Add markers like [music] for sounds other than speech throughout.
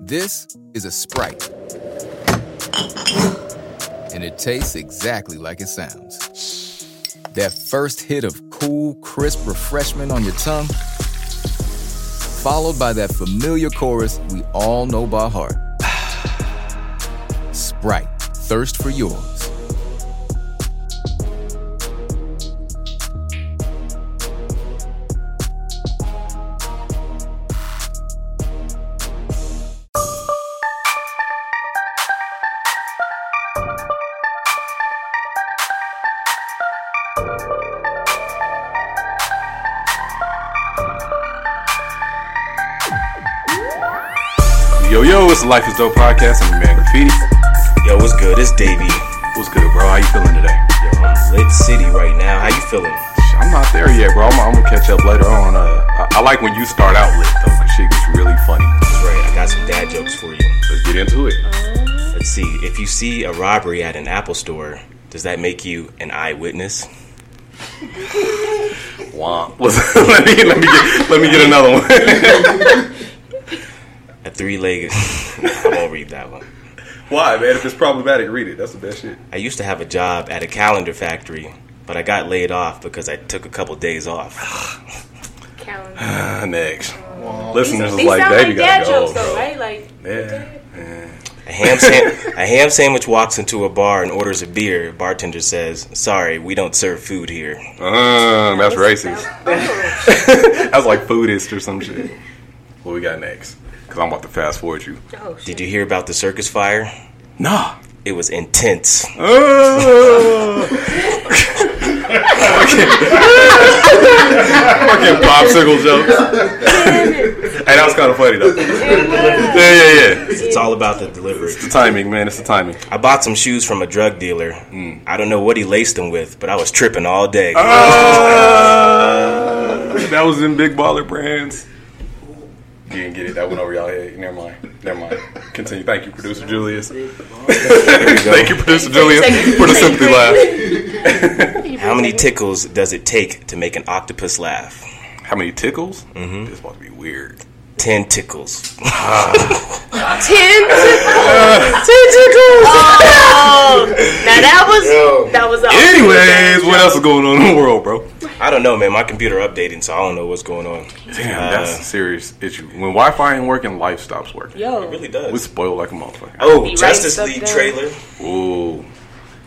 This is a Sprite. And it tastes exactly like it sounds. That first hit of cool, crisp refreshment on your tongue, followed by that familiar chorus we all know by heart. [sighs] Sprite, thirst for yours. Yo, yo, it's the Life is Dope podcast. I'm your man Graffiti. Yo, what's good? It's Davey. What's good, bro? How you feeling today? Yo, I'm lit city right now. How you feeling? I'm not there yet, bro. I'm, I'm gonna catch up later on. Uh, I, I like when you start out lit, though, because shit gets really funny. That's right. I got some dad jokes for you. Let's get into it. Let's see. If you see a robbery at an Apple store, does that make you an eyewitness? Womp. Let's- [laughs] let, me, let, me get, let me get another one. [laughs] A three-legged. [laughs] I won't read that one. Why, man? If it's problematic, read it. That's the best shit. I used to have a job at a calendar factory, but I got laid off because I took a couple days off. [sighs] calendar. Uh, next. Listeners is These like, sound baby like gotta dad go, jokes, bro. though, [laughs] right? Like, Yeah. A ham, san- a ham sandwich walks into a bar and orders a beer. Bartender says, "Sorry, we don't serve food here." Um, that's this racist. is [laughs] about- That's like foodist or some [laughs] shit. What we got next? Because I'm about to fast forward you. Oh, oh, shit. Did you hear about the circus fire? Nah. It was intense. Oh. [laughs] fucking, fucking popsicle jokes. hey, that was kind of funny though. Yeah, yeah, yeah. It's all about the delivery. It's the timing, man. It's the timing. I bought some shoes from a drug dealer. Mm. I don't know what he laced them with, but I was tripping all day. Ah! Uh, that was in Big Baller Brands. You didn't get it. That went over y'all head. Never mind. Never mind. Continue. Thank you, producer Julius. Thank you, producer Julius, for the sympathy laugh. How many tickles does it take to make an octopus laugh? How many tickles? Mm-hmm. This is about to be weird. Ten tickles. Ten tickles. Ten tickles. Oh, now that was that was. a- Anyways, what else is going on in the world, bro? I don't know, man. My computer updating, so I don't know what's going on. Damn, that's a serious issue. When Wi-Fi ain't working, life stops working. It Yo, really We does. spoiled like a motherfucker. Oh, Be Justice right League up there. trailer. Ooh,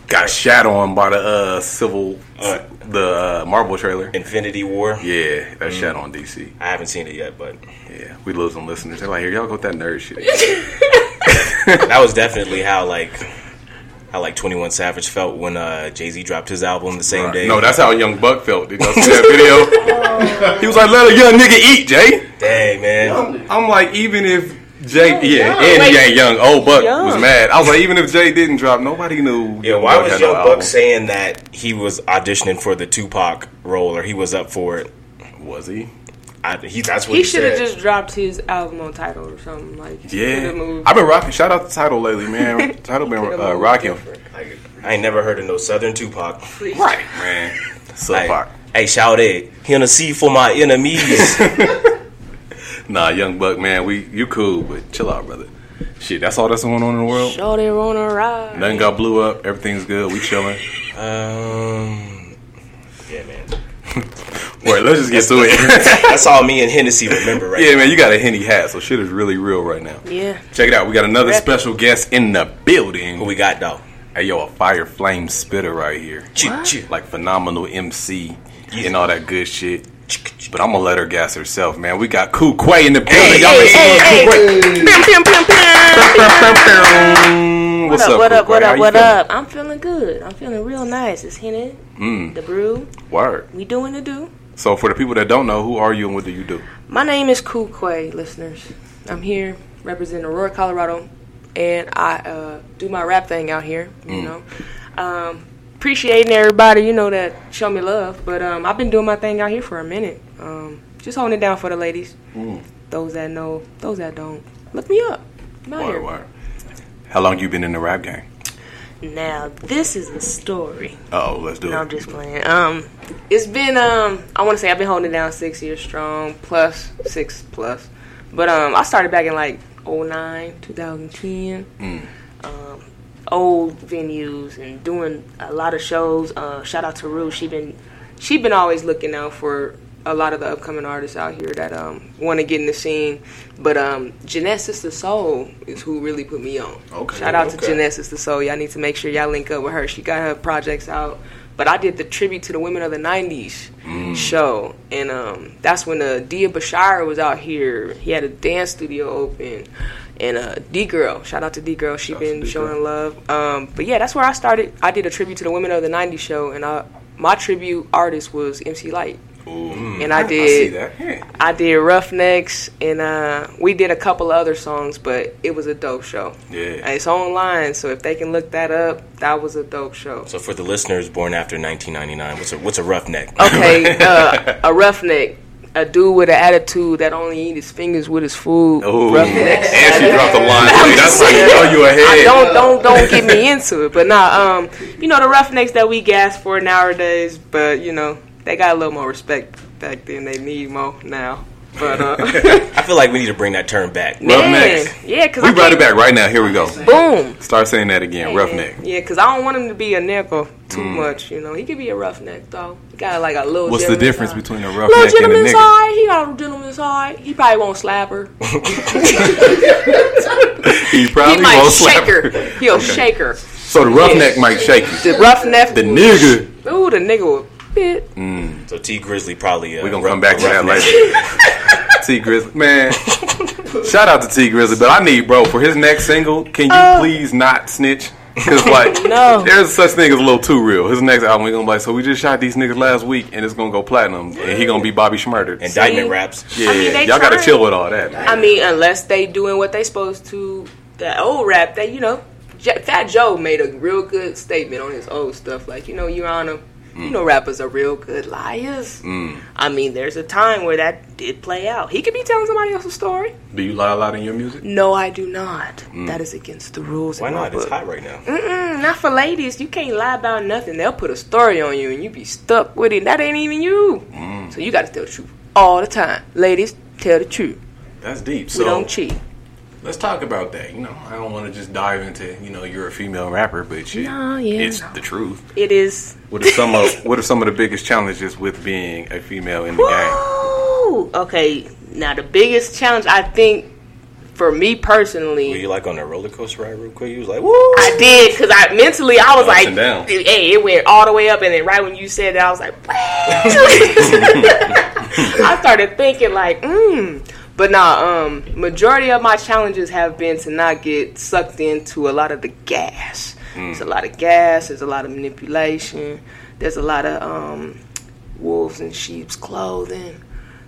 got shat on by the uh, civil, Uh, the uh, Marvel trailer. Mm. Infinity War. Yeah, that shat on DC. I haven't seen it yet, but Yeah, we lose some listeners. They're like, here, y'all go with that nerd [laughs] shit. that was definitely how like how like Twenty One Savage felt when uh, Jay Z dropped his album the same day. no, that's how Young Buck felt. Did y'all see [laughs] that video? he was like, let a young nigga eat, Jay. dang man. I'm, I'm like, even if Jay, yeah, young. and he Wait. ain't young, old Buck was Young. mad. I was like, even if Jay didn't drop, nobody knew. Yeah, why was had no Young album. Buck saying that he was auditioning for the Tupac role or he was up for it? Was he? I, he that's what he, He should have said. just dropped his album on title or something like. he Yeah, would've moved. I've been rocking. Shout out to Title lately, man. Title been uh, rocking. Like, I ain't never heard of no Southern Tupac. Right, man. Sub Like, Pop. hey, shout it. Gonna see for [laughs] my enemies. Nah, Young Buck, man. We you cool, but chill out, brother. Shit, that's all that's going on in the world. Oh, they on a ride. Nothing got blew up. Everything's good. We chilling. um, yeah, man. Wait, let's just get to it. That's all me and Hennessy remember, [laughs] right? yeah, man. You got a henny hat, so shit is really real right now. Yeah. Check it out. We got another special guest in the building. Who we got though? Hey yo, a fire flame spitter right here. Choo, choo. Like phenomenal MC and all that good shit. But I'm gonna let her gas herself, man. We got Ku Kway in the building. Y'all been seeing Ku Kway. Bam, bam, bam, bam. What's What up? up? What Ku up? What up? Kway? How you What feeling? up? I'm feeling good. I'm feeling real nice. It's hinted. Mm. The brew. Word. We doing the do. So for the people that don't know, who are you and what do you do? My name is Kukway, listeners. I'm here representing Aurora, Colorado, and I uh, do my rap thing out here. You know, um, appreciating everybody. You know that show me love, but um, I've been doing my thing out here for a minute. Um, just holding it down for the ladies. Those that know, those that don't, look me up. I'm out Word, here. word. How long you been in the rap game? Now this is a story. Oh, let's do No, I'm it. just playing. Um, it's been um, I want to say I've been holding it down six years strong, plus six plus. But um, I started back in like 09, 2010. Mm. Um, old venues and doing a lot of shows. Uh, shout out to Rue. She been she been always looking out for a lot of the upcoming artists out here that um, want to get in the scene. But um, Genesis the Soul is who really put me on. Okay. Shout out okay. to Genesis the Soul. Y'all need to make sure y'all link up with her. She got her projects out. But I did the tribute to the women of the '90s mm. show, and um, that's when uh, Dia Bashar was out here. He had a dance studio open, and uh, D Girl, shout out to D Girl, she shout been showing love. Um, but yeah, that's where I started. I did a tribute to the women of the '90s show, and I, my tribute artist was MC Light. Ooh, and I, I did I, hey. I, did Roughnecks and uh, we did a couple of other songs, but it was a dope show. Yeah. And it's online, so if they can look that up, that was a dope show. [laughs] So for the listeners born after 1999, what's a what's a roughneck? Okay, uh, a roughneck a dude with an attitude that only eat his fingers with his food. Oh, and she dropped the line. That's how you know you ahead. I don't don't don't get me into it, but nah. Um, you know the roughnecks that we gas for nowadays, but you know they got a little more respect back then. They need more now. But uh, [laughs] I feel like we need to bring that term back. Man, roughnecks. Yeah, because we brought it back right now. Here we go. Boom. Start saying that again. Man. Roughneck. Yeah, because I don't want him to be a nickel too mm. much. You know, he could be a roughneck though. He got like a little. What's the difference side. between a roughneck little gentleman's and a nigga? High. He got a gentleman's high. He probably won't [laughs] slap her. he probably he might won't shake slap her. her. He'll okay. shake her. So the roughneck yeah. might shake [laughs] you. The roughneck. The nigga. Ooh, the nigga will bit. Mm. So T Grizzly probably. Uh, We're gonna rough, come back to that [laughs] later. T Grizzly, man. Shout out to T Grizzly, but I need bro for his next single. Can you uh, please not snitch? Cause like, [laughs] no. there's such thing as a little too real. His next album, we gonna be like, so we just shot these niggas last week, and it's gonna go platinum, and he gonna be Bobby Schmurder. And diamond raps. Yeah, I mean, y'all trying. gotta chill with all that. Man. I mean, unless they doing what they supposed to, that old rap that you know. Fat Joe made a real good statement on his old stuff. Like, you know, you're on a you know rappers are real good liars. Mm. I mean, there's a time where that did play out. He could be telling somebody else's story. Do you lie a lot in your music? No, I do not. Mm. That is against the rules. Why not? Book. It's hot right now. Mm-mm, not for ladies. You can't lie about nothing. They'll put a story on you and you be stuck with it. That ain't even you. Mm. So you got to tell the truth all the time. Ladies, tell the truth. That's deep. So we don't cheat let's talk about that. You know, I don't want to just dive into you know you're a female rapper, but shit, no, yeah, it's no. the truth. It is. What are some of What are some of the biggest challenges with being a female in the Woo! game? Okay, now the biggest challenge I think for me personally. Were you like on a roller coaster ride real quick? You was like, woo! I did because I mentally I was Ups like, hey, it went all the way up, and then right when you said that, I was like, [laughs] I started thinking like, mm. But nah, um, majority of my challenges have been to not get sucked into a lot of the gas. Mm. There's a lot of gas. There's a lot of manipulation. There's a lot of um, wolves in sheep's clothing.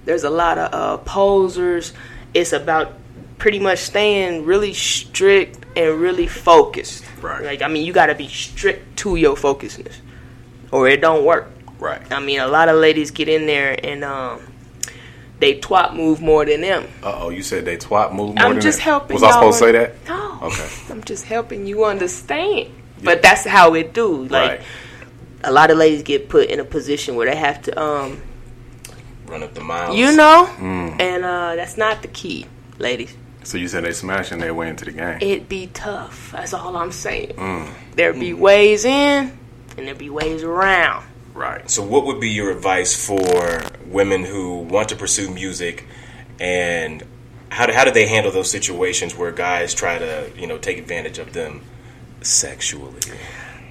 There's a lot of uh, posers. It's about pretty much staying really strict and really focused. Right. Like I mean, you got to be strict to your focusedness, or it don't work. Right. I mean, a lot of ladies get in there and um, they twat move more than them. Uh oh, you said they twat move more I'm than just them. helping. Was I supposed to say that? No. Okay. I'm just helping you understand. Yeah. But that's how it do. Like right. a lot of ladies get put in a position where they have to um run up the miles. You know? Oh, Mm. And uh that's not the key, ladies. So you said they smashing their way into the game. It be tough. That's all I'm saying. Mm. There be mm. ways in and there be ways around. Right. So, what would be your advice for women who want to pursue music, and how do, how do they handle those situations where guys try to you know take advantage of them sexually?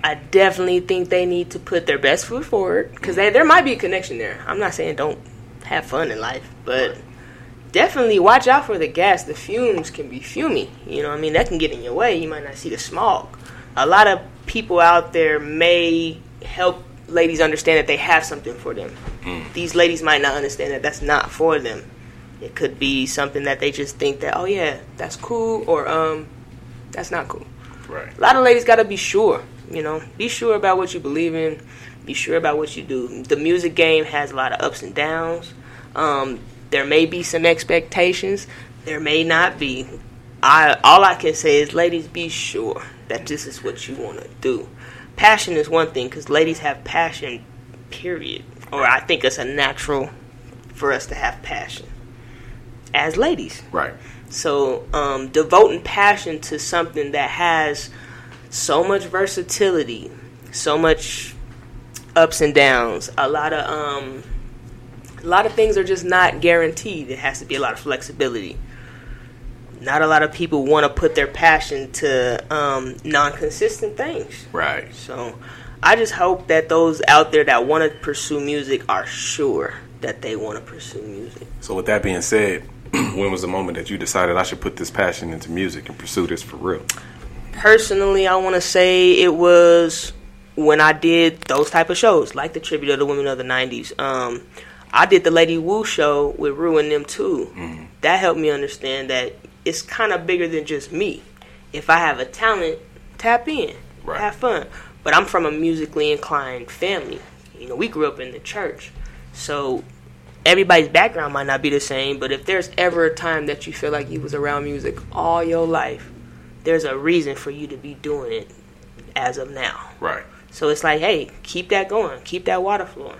I definitely think they need to put their best foot forward because there might be a connection there. I'm not saying don't have fun in life, but definitely watch out for the gas. The fumes can be fuming. You know, I mean that can get in your way. You might not see the smog. A lot of people out there may help ladies understand that they have something for them. Mm. These ladies might not understand that that's not for them. It could be something that they just think that, oh yeah, that's cool, or um, that's not cool. Right. A lot of ladies gotta be sure. You know, be sure about what you believe in. Be sure about what you do. The music game has a lot of ups and downs. Um, there may be some expectations. There may not be. I all I can say is, ladies, be sure that this is what you want to do passion is one thing because ladies have passion, period. Or I think it's a natural for us to have passion. as ladies. Right. So um, devoting passion to something that has so much versatility, so much ups and downs. A lot of um, a lot of things are just not guaranteed. It has to be a lot of flexibility. Not a lot of people want to put their passion to um, non-consistent things. Right. So I just hope that those out there that want to pursue music are sure that they want to pursue music. So with that being said, [clears throat] when was the moment that you decided I should put this passion into music and pursue this for real? Personally, I want to say it was when I did those type of shows, like the tribute of the women of the '90s. Um, I did the Lady Wu show with Rue and them too. Mm-hmm. That helped me understand that it's kind of bigger than just me. If I have a talent, tap in, right. have fun. But I'm from a musically inclined family. You know, we grew up in the church, so everybody's background might not be the same, but if there's ever a time that you feel like you was around music all your life, there's a reason for you to be doing it as of now. Right. So it's like, hey, keep that going, keep that water flowing.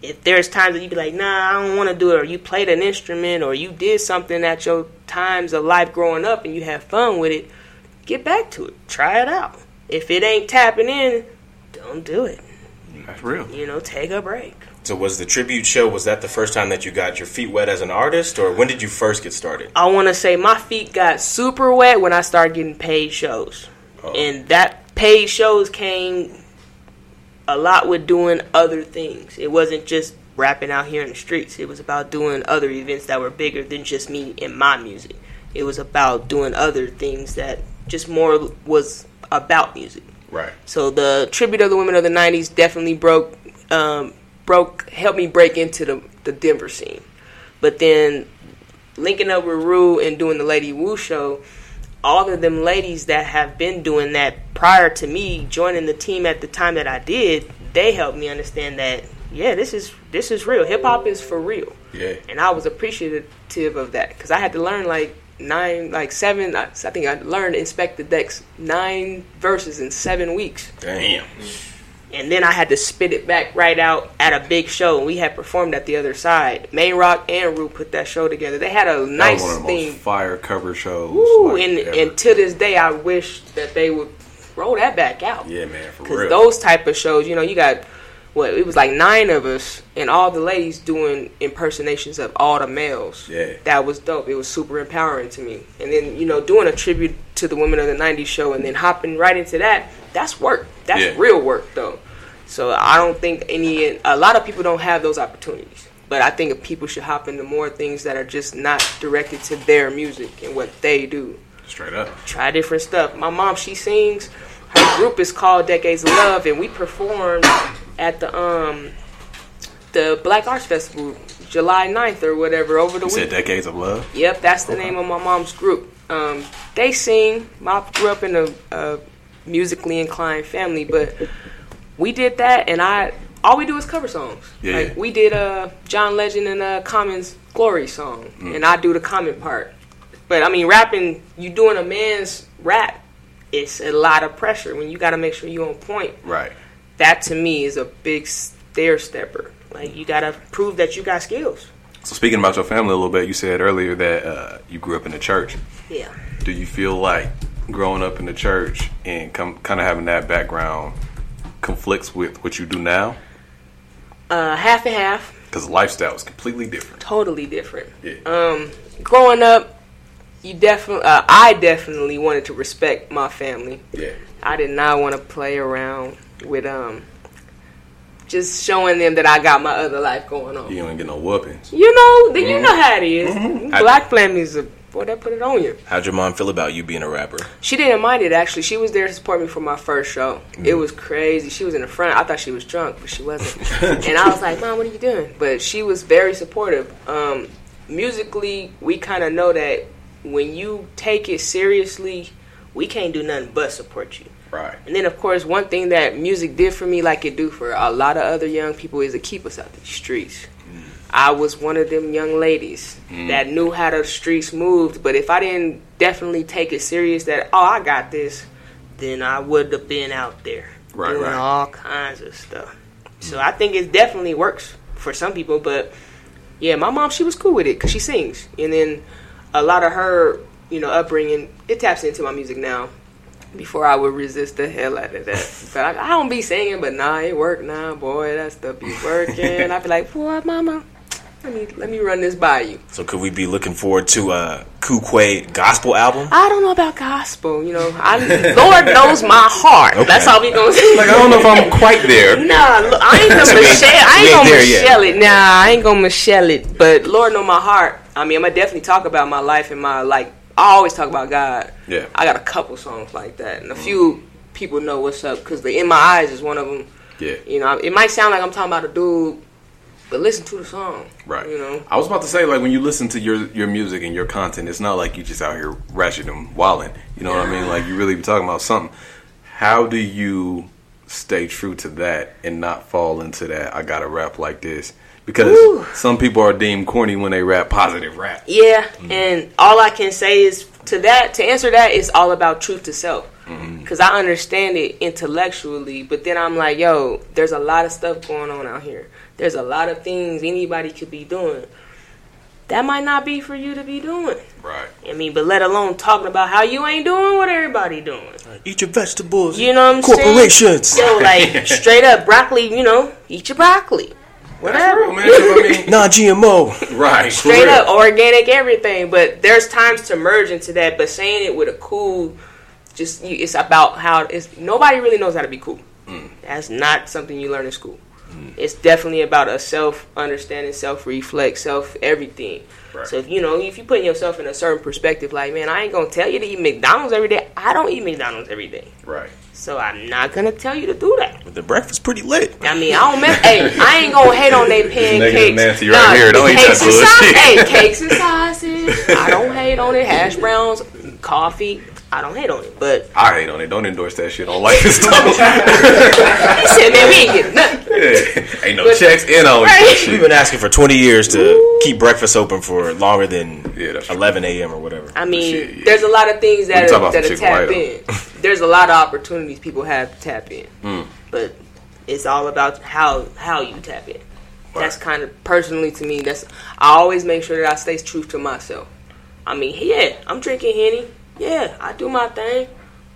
If there's times that you be like, nah, I don't want to do it, or you played an instrument, or you did something at your times of life growing up and you had fun with it, get back to it. Try it out. If it ain't tapping in, don't do it. That's real. You know, take a break. So was the tribute show? Was that the first time that you got your feet wet as an artist, or when did you first get started? I want to say my feet got super wet when I started getting paid shows, oh. and that paid shows came a lot with doing other things. It wasn't just rapping out here in the streets. It was about doing other events that were bigger than just me and my music. It was about doing other things that just more was about music. Right. So the tribute of the women of the '90s definitely broke. Um, broke helped me break into the, the Denver scene. But then linking up with Rue and doing the Lady Wu show, all of them ladies that have been doing that prior to me joining the team at the time that I did, they helped me understand that yeah, this is this is real. Hip hop is for real. Yeah. And I was appreciative of that because I had to learn like nine, like seven. I, I think I learned inspect the decks nine verses in seven weeks. Damn and then I had to spit it back right out at a big show. We had performed at the other side. Main Rock and Rue put that show together. They had a nice thing. fire cover shows. Ooh, like and, ever. and to this day, I wish that they would roll that back out. Yeah, man, for real. Those type of shows, you know, you got what it was like nine of us and all the ladies doing impersonations of all the males. Yeah, that was dope. It was super empowering to me. And then you know, doing a tribute to the women of the '90s show, and then hopping right into that. That's work. That's yeah. real work, though. So I don't think any a lot of people don't have those opportunities. But I think people should hop into more things that are just not directed to their music and what they do. Straight up. Try different stuff. My mom, she sings. Her group is called Decades of Love, and we performed at the um the Black Arts Festival, July 9th or whatever, over the you week. Decades of Love. Yep, that's the okay. name of my mom's group. Um, they sing. Mom grew up in a, a musically inclined family, but we did that, and I all we do is cover songs. Yeah, like we did uh John Legend and uh Common's Glory song, mm. and I do the comment part. But I mean, rapping, you doing a man's rap, it's a lot of pressure when you got to make sure you on point. Right. That to me is a big stair stepper. Like you got to prove that you got skills. So speaking about your family a little bit, you said earlier that uh, you grew up in the church. Yeah. Do you feel like growing up in the church and come kind of having that background conflicts with what you do now? Uh, half and half. Because lifestyle is completely different. Totally different. Yeah. Um, growing up, you definitely, uh, I definitely wanted to respect my family. Yeah. I did not want to play around with um, just showing them that I got my other life going on. You ain't get no whoopings. You know, mm-hmm. you know how it is. Mm-hmm. Black families are boy, that put it on you. How'd your mom feel about you being a rapper? She didn't mind it actually. She was there to support me for my first show. Mm. It was crazy. She was in the front. I thought she was drunk, but she wasn't. and I was like, "Mom, what are you doing?" But she was very supportive. Um, musically, we kind of know that when you take it seriously, we can't do nothing but support you. Right. And then, of course, one thing that music did for me, like it do for a lot of other young people, is to keep us out the streets. Mm. I was one of them young ladies mm. that knew how the streets moved, but if I didn't definitely take it serious that oh I got this, then I would have been out there right, doing right. all kinds of stuff. Mm. So I think it definitely works for some people, but Yeah, my mom, she was cool with it because she sings. And then a lot of her, you know, upbringing, it taps into my music now. Before I would resist the hell out of that. But I, I don't be singing, but nah, it work now, boy. That stuff be working. I be like, boy, mama, let me let me run this by you. So could we be looking forward to a Kukwe gospel album? I don't know about gospel, you know. I Lord knows my heart. That's all we gonna say. Like I don't know if I'm quite there. Nah, look, I ain't gonna Michelle. we I ain't ain't gonna there yet. Michelle it. Nah, I ain't gonna Michelle it. But Lord know my heart. I mean, I'm gonna definitely talk about my life and my like. I always talk about God. Yeah. I got a couple songs like that, and a few people know what's up because the "In My Eyes" is one of them. Yeah. You know, it might sound like I'm talking about a dude, but listen to the song. Right. You know. I was about to say, like, when you listen to your your music and your content, it's not like you just out here ratcheting and wilding. You know what I mean? Like, you really be talking about something. How do you stay true to that and not fall into that? I got to rap like this because some people are deemed corny when they rap positive rap. Yeah, and all I can say is to that to answer that it's all about truth to self. Cause I understand it intellectually, but then I'm like, yo, there's a lot of stuff going on out here. There's a lot of things anybody could be doing. That might not be for you to be doing. [laughs] Right. I mean, but let alone talking about how you ain't doing what everybody doing. Eat your vegetables. You know what I'm corporations. saying? [laughs] Corporations. So like straight up broccoli, you know, eat your broccoli. That's real, Whatever. man. 'cause I Non-GMO. mean, right. for straight real. up organic everything but there's times to merge into that but saying it with a cool just you, it's about how it's nobody really knows how to be cool Mm. that's not something you learn in school it's definitely about a self understanding self reflect self everything so if you know if you putting yourself in a certain perspective like man i ain't gonna tell you to eat mcdonald's every day i don't eat mcdonald's every day Right. so i'm not gonna tell you to do that the breakfast pretty lit. I mean, I don't mess. hey, I ain't gonna hate on they pancakes. Nancy right here. Don't eat that cakes and sausage. bullshit. Hey, cakes [laughs] and sausage. I don't hate on it. Hash browns, coffee. I don't hate on it. But I hate on it. Don't endorse that shit on life [laughs] and stuff. he said, man, we ain't getting nothing. Ain't no checks in on that Right. shit. We've been asking for 20 years to keep breakfast open for longer than Yeah, that's true. 11 a.m. or whatever. I mean, Shit, yeah. there's a lot of things We that talk are, about that some are tap Chick-fil-A, in. [laughs] There's a lot of opportunities people have to tap in. Mm. But it's all about how how you tap in. That's kind of personally to me. That's I always make sure that I stay true to myself. I mean, yeah, I'm drinking henny. Yeah, I do my thing,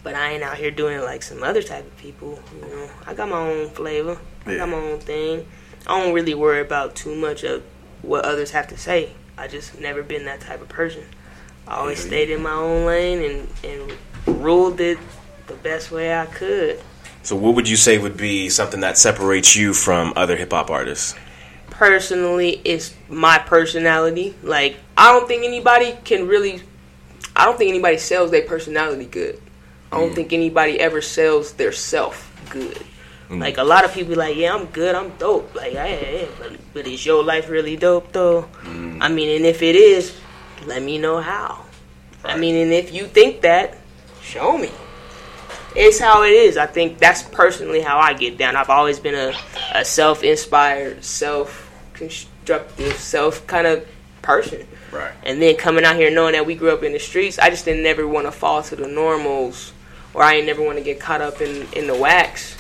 but I ain't out here doing like some other type of people. You know, I got my own flavor. I Yeah. got my own thing. I don't really worry about too much of what others have to say. I just never been that type of person. I always stayed in my own lane and and ruled it the best way I could. So, what would you say would be something that separates you from other hip hop artists? personally it's my personality. Like I don't think anybody can really I don't think anybody sells their personality good. I don't think anybody ever sells their self good. Like a lot of people be like, yeah, I'm good, I'm dope. Like, yeah, yeah, yeah. But, but is your life really dope though? I mean, and if it is, let me know how. I mean, and if you think that, show me. It's how it is. I think that's personally how I get down. I've always been a, a self inspired, self constructive, self kind of person. Right. And then coming out here knowing that we grew up in the streets, I just didn't never want to fall to the normals or I ain't never want to get caught up in, in the wax.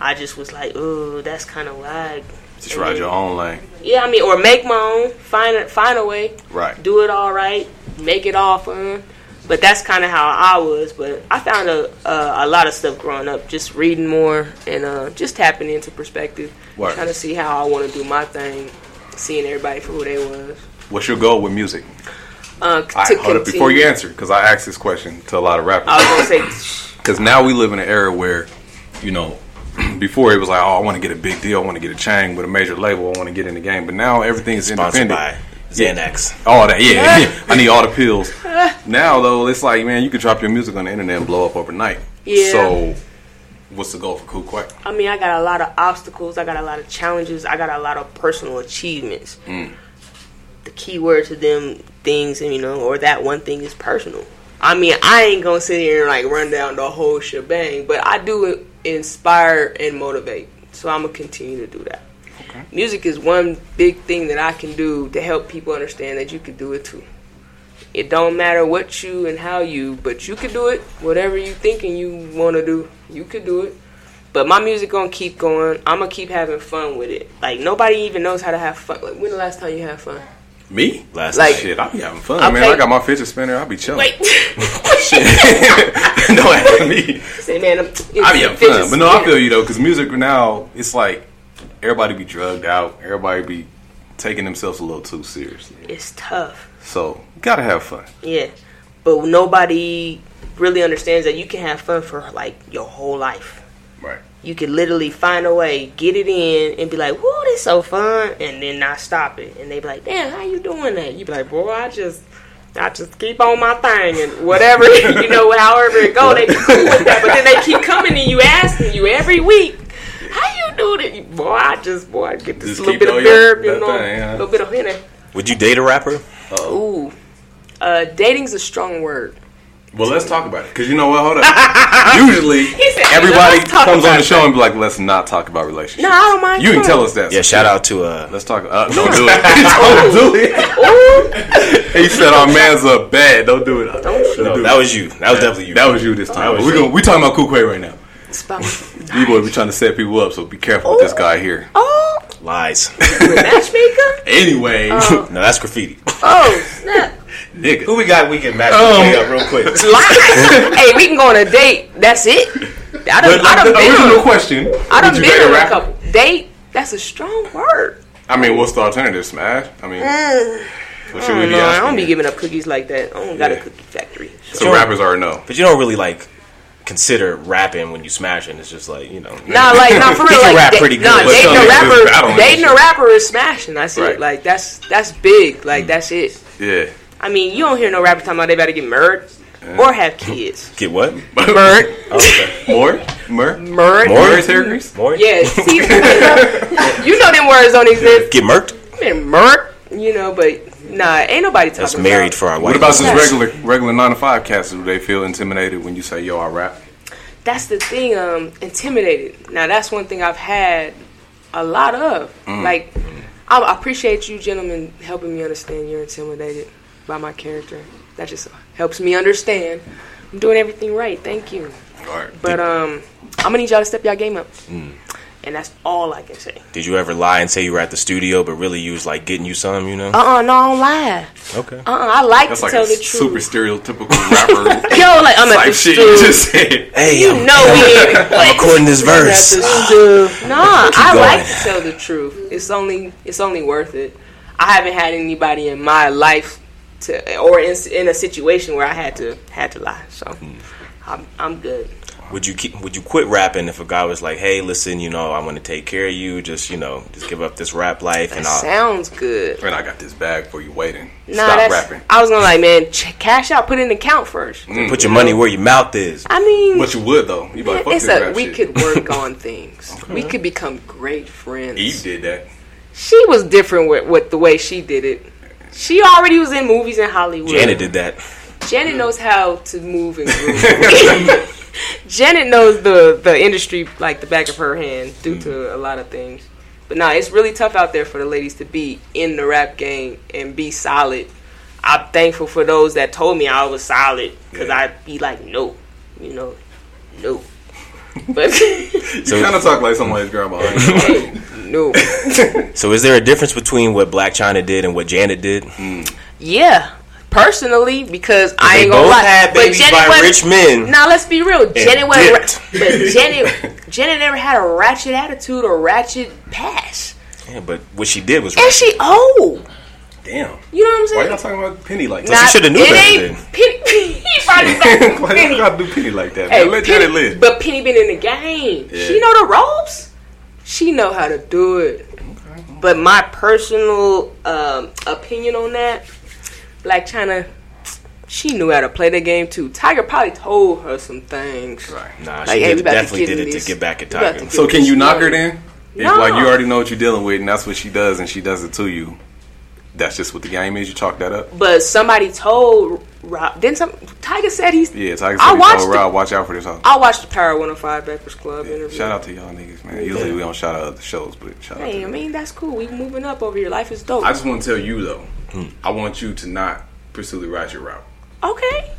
I just was like, ooh, that's kind of wag. Mm. Just ride your own lane. Yeah, I mean, or make my own, find a, find a way, Right. do it all right, make it all fun. But that's kind of how I was. But I found a, a a lot of stuff growing up, just reading more and uh, just tapping into perspective, Word. trying to see how I want to do my thing, seeing everybody for who they was. What's your goal with music? Uh, All to right, hold up continue. Uh, before you answer, because I ask this question to a lot of I rappers. was gonna say, Because now we live in an era where, you know, [clears throat] before it was like, oh, I want to get a big deal, I want to get a chain with a major label, I want to get in the game. But now everything is Sponsored independent. by Xanax. All that, [laughs] yeah, yeah. I need all the pills. now though, it's like, man, you can drop your music on the internet and blow up overnight. Yeah. So, what's the goal for Cool Quack? I mean, I got a lot of obstacles. I got a lot of challenges. I got a lot of personal achievements. The key word to them things, and you know, or that one thing is personal. I mean, I ain't gonna sit here and like run down the whole shebang, but I do inspire and motivate. So I'm gonna continue to do that. Music is one big thing that I can do to help people understand that you can do it too. It don't matter what you and how you, but you can do it. Whatever you thinking you want to do, you can do it But my music gonna keep going. I'm gonna keep having fun with it. Like nobody even knows how to have fun. Like, when the last time you had fun? Me? Last Like- night. Shit, I be having fun, I Oh, man. play- I got my fidget spinner. I be chilling. [laughs] Wait, [laughs] no, I me. say man, I'm, I be having fun, but no, I feel you though, because music now it's like everybody be drugged out. Everybody be taking themselves a little too seriously. It's tough. So gotta have fun. Yeah, but nobody really understands that you can have fun for like your whole life. Right. you could literally find a way, get it in, and be like, "Woo, this so fun," and then not stop it. And they be like, "Damn, how you doing that?" You be like, "Boy, I just, I just keep on my thing and whatever, [laughs] you know, however it go, they be cool with that." But then they keep coming and you asking you every week, "How you do that?" Boy, I just, boy, I get this Just little keep bit of doing your- herb, you that know, thing, yeah. little bit of henna. Would you date a rapper? Ooh. Uh, dating's a strong word. Well, let's talk about it, because you know what? Hold up. Usually, said, everybody "Let's talk comes on about the show and be like, "Let's not talk about relationships." No, I don't mind. you can fun. tell us that. Yeah, shout out to uh, Let's talk. Uh, don't do it. [laughs] don't do it. Ooh, He said our man's a bad. Don't do it. Don't no, do that it. was you. That was definitely you. That was you this time. was But we you. gonna, we talking about Kukwe right now. It's about B boy, we trying to set people up, so be careful with this guy here. oh, [laughs] lies. [laughs] you a matchmaker? Anyway, no, that's graffiti. Oh, snap! nigga. Who we got? We can match Um, up real [laughs] quick. Lies. [laughs] hey, we can go on a date. That's it. I done, But I like, done the been on original question. I done would you been rather on a rap- couple. Date, that's a strong word. I mean, what's the alternative, Smash? I mean, what should Mm. I we don't be know. I asking? don't be here? giving up cookies like that. I don't got a Yeah. cookie factory. So. So rappers are a no. But you don't really like consider rapping when you smashing. It's just like you know. Nah, like nah, for He real. can Like, rap da- pretty Nah, good. dating Some a niggas is battling rapper, dating a and rapper is smashing. That's Right. it. Like that's that's big. Like that's it. Yeah. I mean, you don't hear no rapper talking about they better get married or have kids. [laughs] Get what? Murr. More? Mur? Married. Mur is hair grease? More? Yeah. See, [laughs] you know them words on these lips. Get murked? Married. You know, but nah, ain't nobody talking. That's married about- for our white. What about folks. this regular regular 9 to 5 cats? Do they feel intimidated when you say, yo, I rap? that's the thing um intimidated now that's one thing i've had a lot of Mm. like I, I appreciate you gentlemen helping me understand you're intimidated by my character that just helps me understand i'm doing everything right thank you All right. but um i'm gonna need y'all to step y'all game up Mm. and that's all i can say Did you ever lie and say you were at the studio, but really you was like getting you some? You know? uh-uh no i don't lie okay. uh-uh i like That's to like tell a the super truth stereotypical [laughs] rapper yo like i'm at type the shit you stool just said. Hey, you I'm, [laughs] know we in I'm recording this verse. Nah, I going. like to tell the truth. It's only it's only worth it. I haven't had anybody in my life to or in, in a situation where I had to had to lie. So Hmm. I'm I'm good. Would you keep? Would you quit rapping if a guy was like, "Hey, listen, you know, I want to take care of you. Just you know, just give up this rap life That and I'll." sounds good. And I got this bag for you waiting. Nah, Stop that's, rapping. I was gonna like, man, ch- cash out, put in an account first. Put your money where your mouth is. I mean, But you would, though. You like, fuck it's this a rap we shit. could [laughs] work on things. We could become great friends. Eve did that. She was different with, with the way she did it. She already was in movies in Hollywood. Janet did that. Janet knows how to move and groove. [laughs] Janet knows the the industry like the back of her hand due Mm-hmm. to a lot of things. But nah, it's really tough out there for the ladies to be in the rap game and be solid. I'm thankful for those that told me I was solid because Yeah. I'd be like, no, you know, no. [laughs] But [laughs] You kind of talk like somebody's grandma. I ain't gonna lie. [laughs] no. So, is there a difference between what Black China did and what Janet did? Yeah. Personally, because I They ain't gonna both lie. had babies by wasn't- rich men. Now let's be real. Janet wasn't. dipped. ra- But Janet, Janet never had a ratchet attitude or ratchet past, Yeah, but what she did was and she old. Damn. You know what I'm saying? Why y'all talking about Penny like Nah, that? shoulda knew it better ain't then. Penny. he [laughs] probably thought Why y'all Penny. gotta do Penny like that? Hey, man? Let Penny- Janet live. But Penny been in the game. She Yeah. know the ropes. She know how to do it. But my personal um, opinion on that, Black China, she knew how to play the game too. Tiger probably told her some things. Right. Nah, she Like, hey, we did, about to definitely get did in it this. to get back at We about Tiger. to So can you knock her then? If No. like you already know what you're dealing with, and that's what she does, and she does it to you. That's just what the game is. You chalk that up. But somebody told Rob. Then some Tiger said he's. Yeah, Tiger I said, watched "Oh, the- Rob, watch out for this house." I watched the Power 105 Breakfast Club interview. Shout out to y'all niggas, man. Usually we don't shout out other shows, but shout out. Hey, To I you. mean that's cool. We moving up over here. Life is dope. I Hmm. just want to tell you though, I want you to not pursue the ratchet route. okay.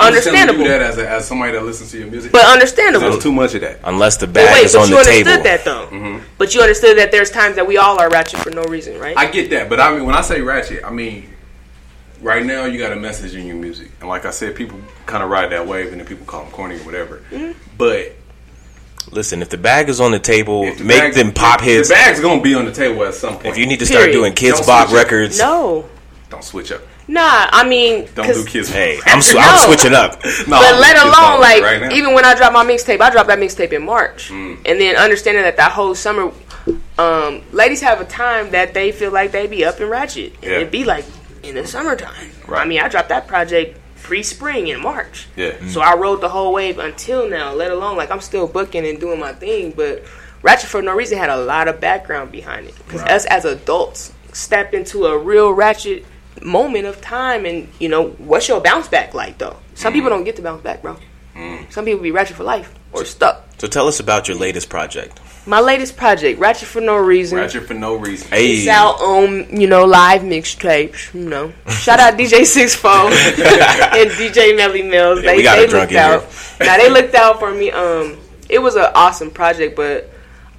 understandable. You that as, a, as somebody that listens to your music, But understandable. there's too much of that. Unless the bag But wait, is but on you the understood table. Mm-hmm. that though. But you understood that there's times that we all are ratchet for no reason, right? I get that, but I mean, when I say ratchet, I mean right now you got a message in your music, and like I said, people kind of ride that wave, and then people call them corny or whatever. But Listen, if the bag is on the table, if the make bag- them pop hits. The bag's gonna be on the table at some point. If you need to start Period. doing kids Don't bop switch it. records, no, don't switch up. nah. I mean, Don't do 'cause- kids. hey, I'm, sw- No. I'm switching [laughs] up. No, But let alone like right now. Mm. even when I dropped my mixtape, I dropped that mixtape in March, and then understanding that that whole summer, um, ladies have a time that they feel like they be up and ratchet, and Yeah. it be like in the summertime. Right. I mean, I dropped that project pre-spring in March, Yeah. Mm. so I rode the whole wave until now. Let alone like I'm still booking and doing my thing, but ratchet for no reason had a lot of background behind it because Right. us as adults stepped into a real ratchet moment of time and you know what's your bounce back like though some Mm. people don't get to bounce back bro some people be ratchet for life or stuck So tell us about your latest project. my latest project ratchet for no reason ratchet for no reason. It's Hey, out on you know live mixtapes. You know, shout out DJ Six Four [laughs] and DJ Melly Mills. Yeah, They, we got a they drunk looked in out. now they looked out for me. Um, it was an awesome project, but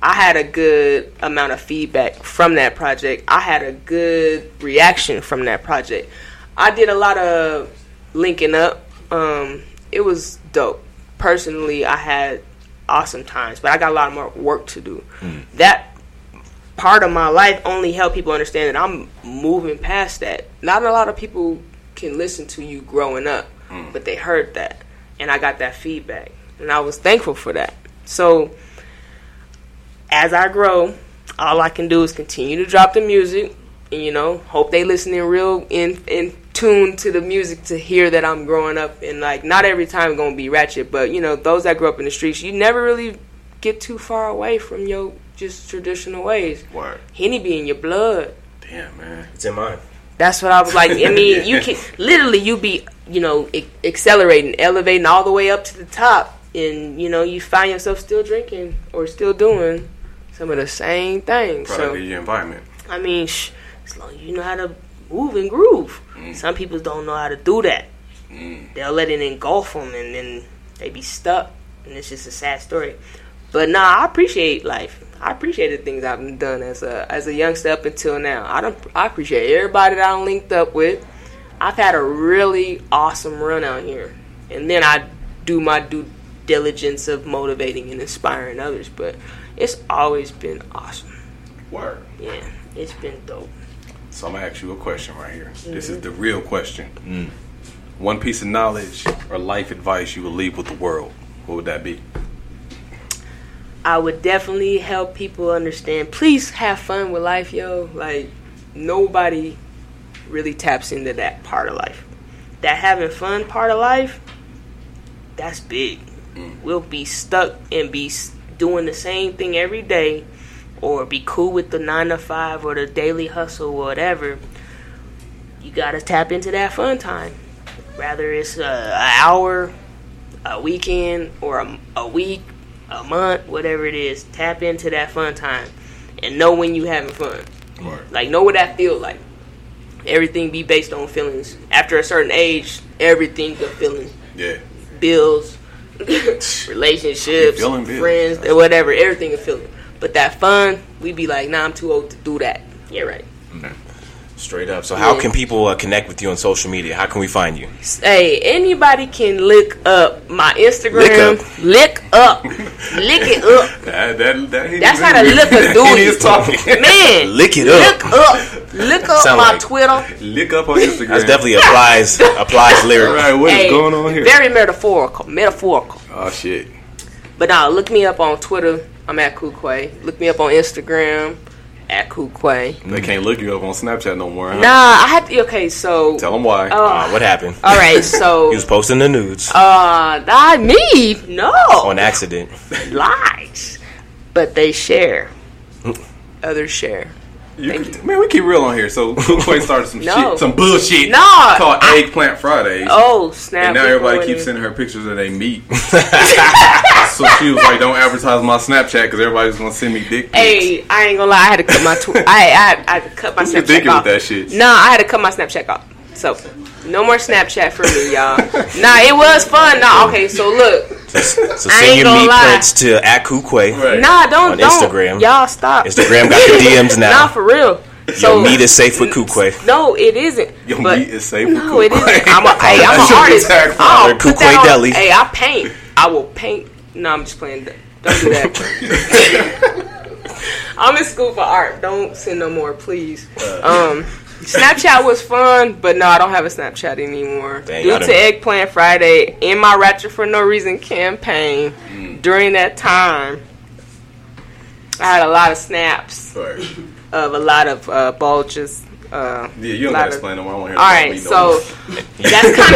I had a good amount of feedback from that project. I had a good reaction from that project. I did a lot of linking up. Um, it was dope. Personally, I had awesome times, but I got a lot more work to do. Hmm. That part of my life only help people understand that I'm moving past that. Not a lot of people can listen to you growing up, but they heard that, and I got that feedback, and I was thankful for that. So, as I grow, all I can do is continue to drop the music, and you know, hope they listening real in in tune to the music to hear that I'm growing up, and like not every time gonna be ratchet, but you know, those that grew up in the streets, you never really get too far away from your just traditional ways. Word. Henny be in your blood. Damn man. it's in mine. That's what I was like. I mean, you can literally you be you know ac- accelerating, elevating all the way up to the top, and you know you find yourself still drinking or still doing some of the same things. Product of So your environment. I mean, shh, as long as you know how to move and groove. Some people don't know how to do that. They'll let it engulf them, and then they be stuck, and it's just a sad story. But nah, I appreciate life. I appreciate the things I've done as a as a youngster up until now. I don't. I appreciate everybody that I'm linked up with. I've had a really awesome run out here, and then I do my due diligence of motivating and inspiring others. But it's always been awesome. Word. Yeah, it's been dope. So I'm gonna ask you a question right here. This is the real question. Mm. One piece of knowledge or life advice you would leave with the world. What would that be? I would definitely help people understand. Please have fun with life, yo. Like nobody really taps into that part of life. That having fun part of life, that's big. We'll be stuck and be s- doing the same thing every day, or be cool with the nine to five or the daily hustle, or whatever. You gotta tap into that fun time. Rather it's a, a hour, a weekend or a, a week, a month, whatever it is, tap into that fun time and know when you having fun. Like know what that feel like. Everything be based on feelings. After a certain age, everything the feelings, Yeah. bills, [coughs] You relationships, feeling bills. friends, and whatever, everything a feeling. But that fun, we be like, nah, I'm too old to do that. Yeah, right. Straight up. So how Yeah. can people uh, connect with you on social media? How can we find you? Hey, anybody can lick up my Instagram. Lick [laughs] up. Lick, it up. That, that, [laughs] that That's how the liquor do He you. is talking. [laughs] Man. Lick it Look up. up, look up Sound my like- Twitter. Lick up on Instagram. That's definitely [laughs] applies applies All lyric. right, what is Hey, going on here? Very metaphorical, metaphorical. oh shit. But now look me up on Twitter. I'm at Kukwe. Look me up on Instagram at Kukwe. They can't look you up on Snapchat no more. Huh? Nah, I had to. Okay, so Tell them why. Oh, Uh, what happened? [laughs] all right, He so was posting the nudes uh, not me. No, on accident. lies. But they share. Hmm. Others share. You can- man, we keep real on here. [laughs] So Quay started some No. shit, some bullshit No, called I- Eggplant Fridays. Oh snap! And now everybody keeps sending her pictures of they [laughs] meat. [laughs] so she was like, "Don't advertise my Snapchat because everybody's gonna send me dick pics." Hey, I ain't gonna lie. I had to cut my tw- I, I I had to cut my Who's Snapchat ridiculous off. with that shit? Nah, I had to cut my Snapchat off. So No more Snapchat for me, y'all. nah, it was fun. Nah, okay, so look. So I send ain't your gonna meat lie. prints to Akukwe. Right. Nah, don't On don't. Instagram. Y'all stop. Instagram got the [laughs] DMs Nah, now. for real. So your meat is safe with Kukwe. no, it isn't. Your but meat is safe with No, Oh, it Kukwe. isn't. I'm a, hey, I'm That should an be artist. tagged I'll under put Kukwe that on- Deli. Hey, I paint. I will paint. No, I'm just playing. Don't do that. [laughs] [laughs] I'm in school for art. Don't send no more, please. Uh. Um, Snapchat was fun, but no, I don't have a Snapchat anymore. Dang, I Due done- to Eggplant Friday in my Rapture for No Reason campaign, Mm. during that time, I had a lot of snaps Right. of a lot of uh, bulges. Uh, Yeah, you don't lot gotta of- explain them. I want to hear All about right, meat no so more. that's kind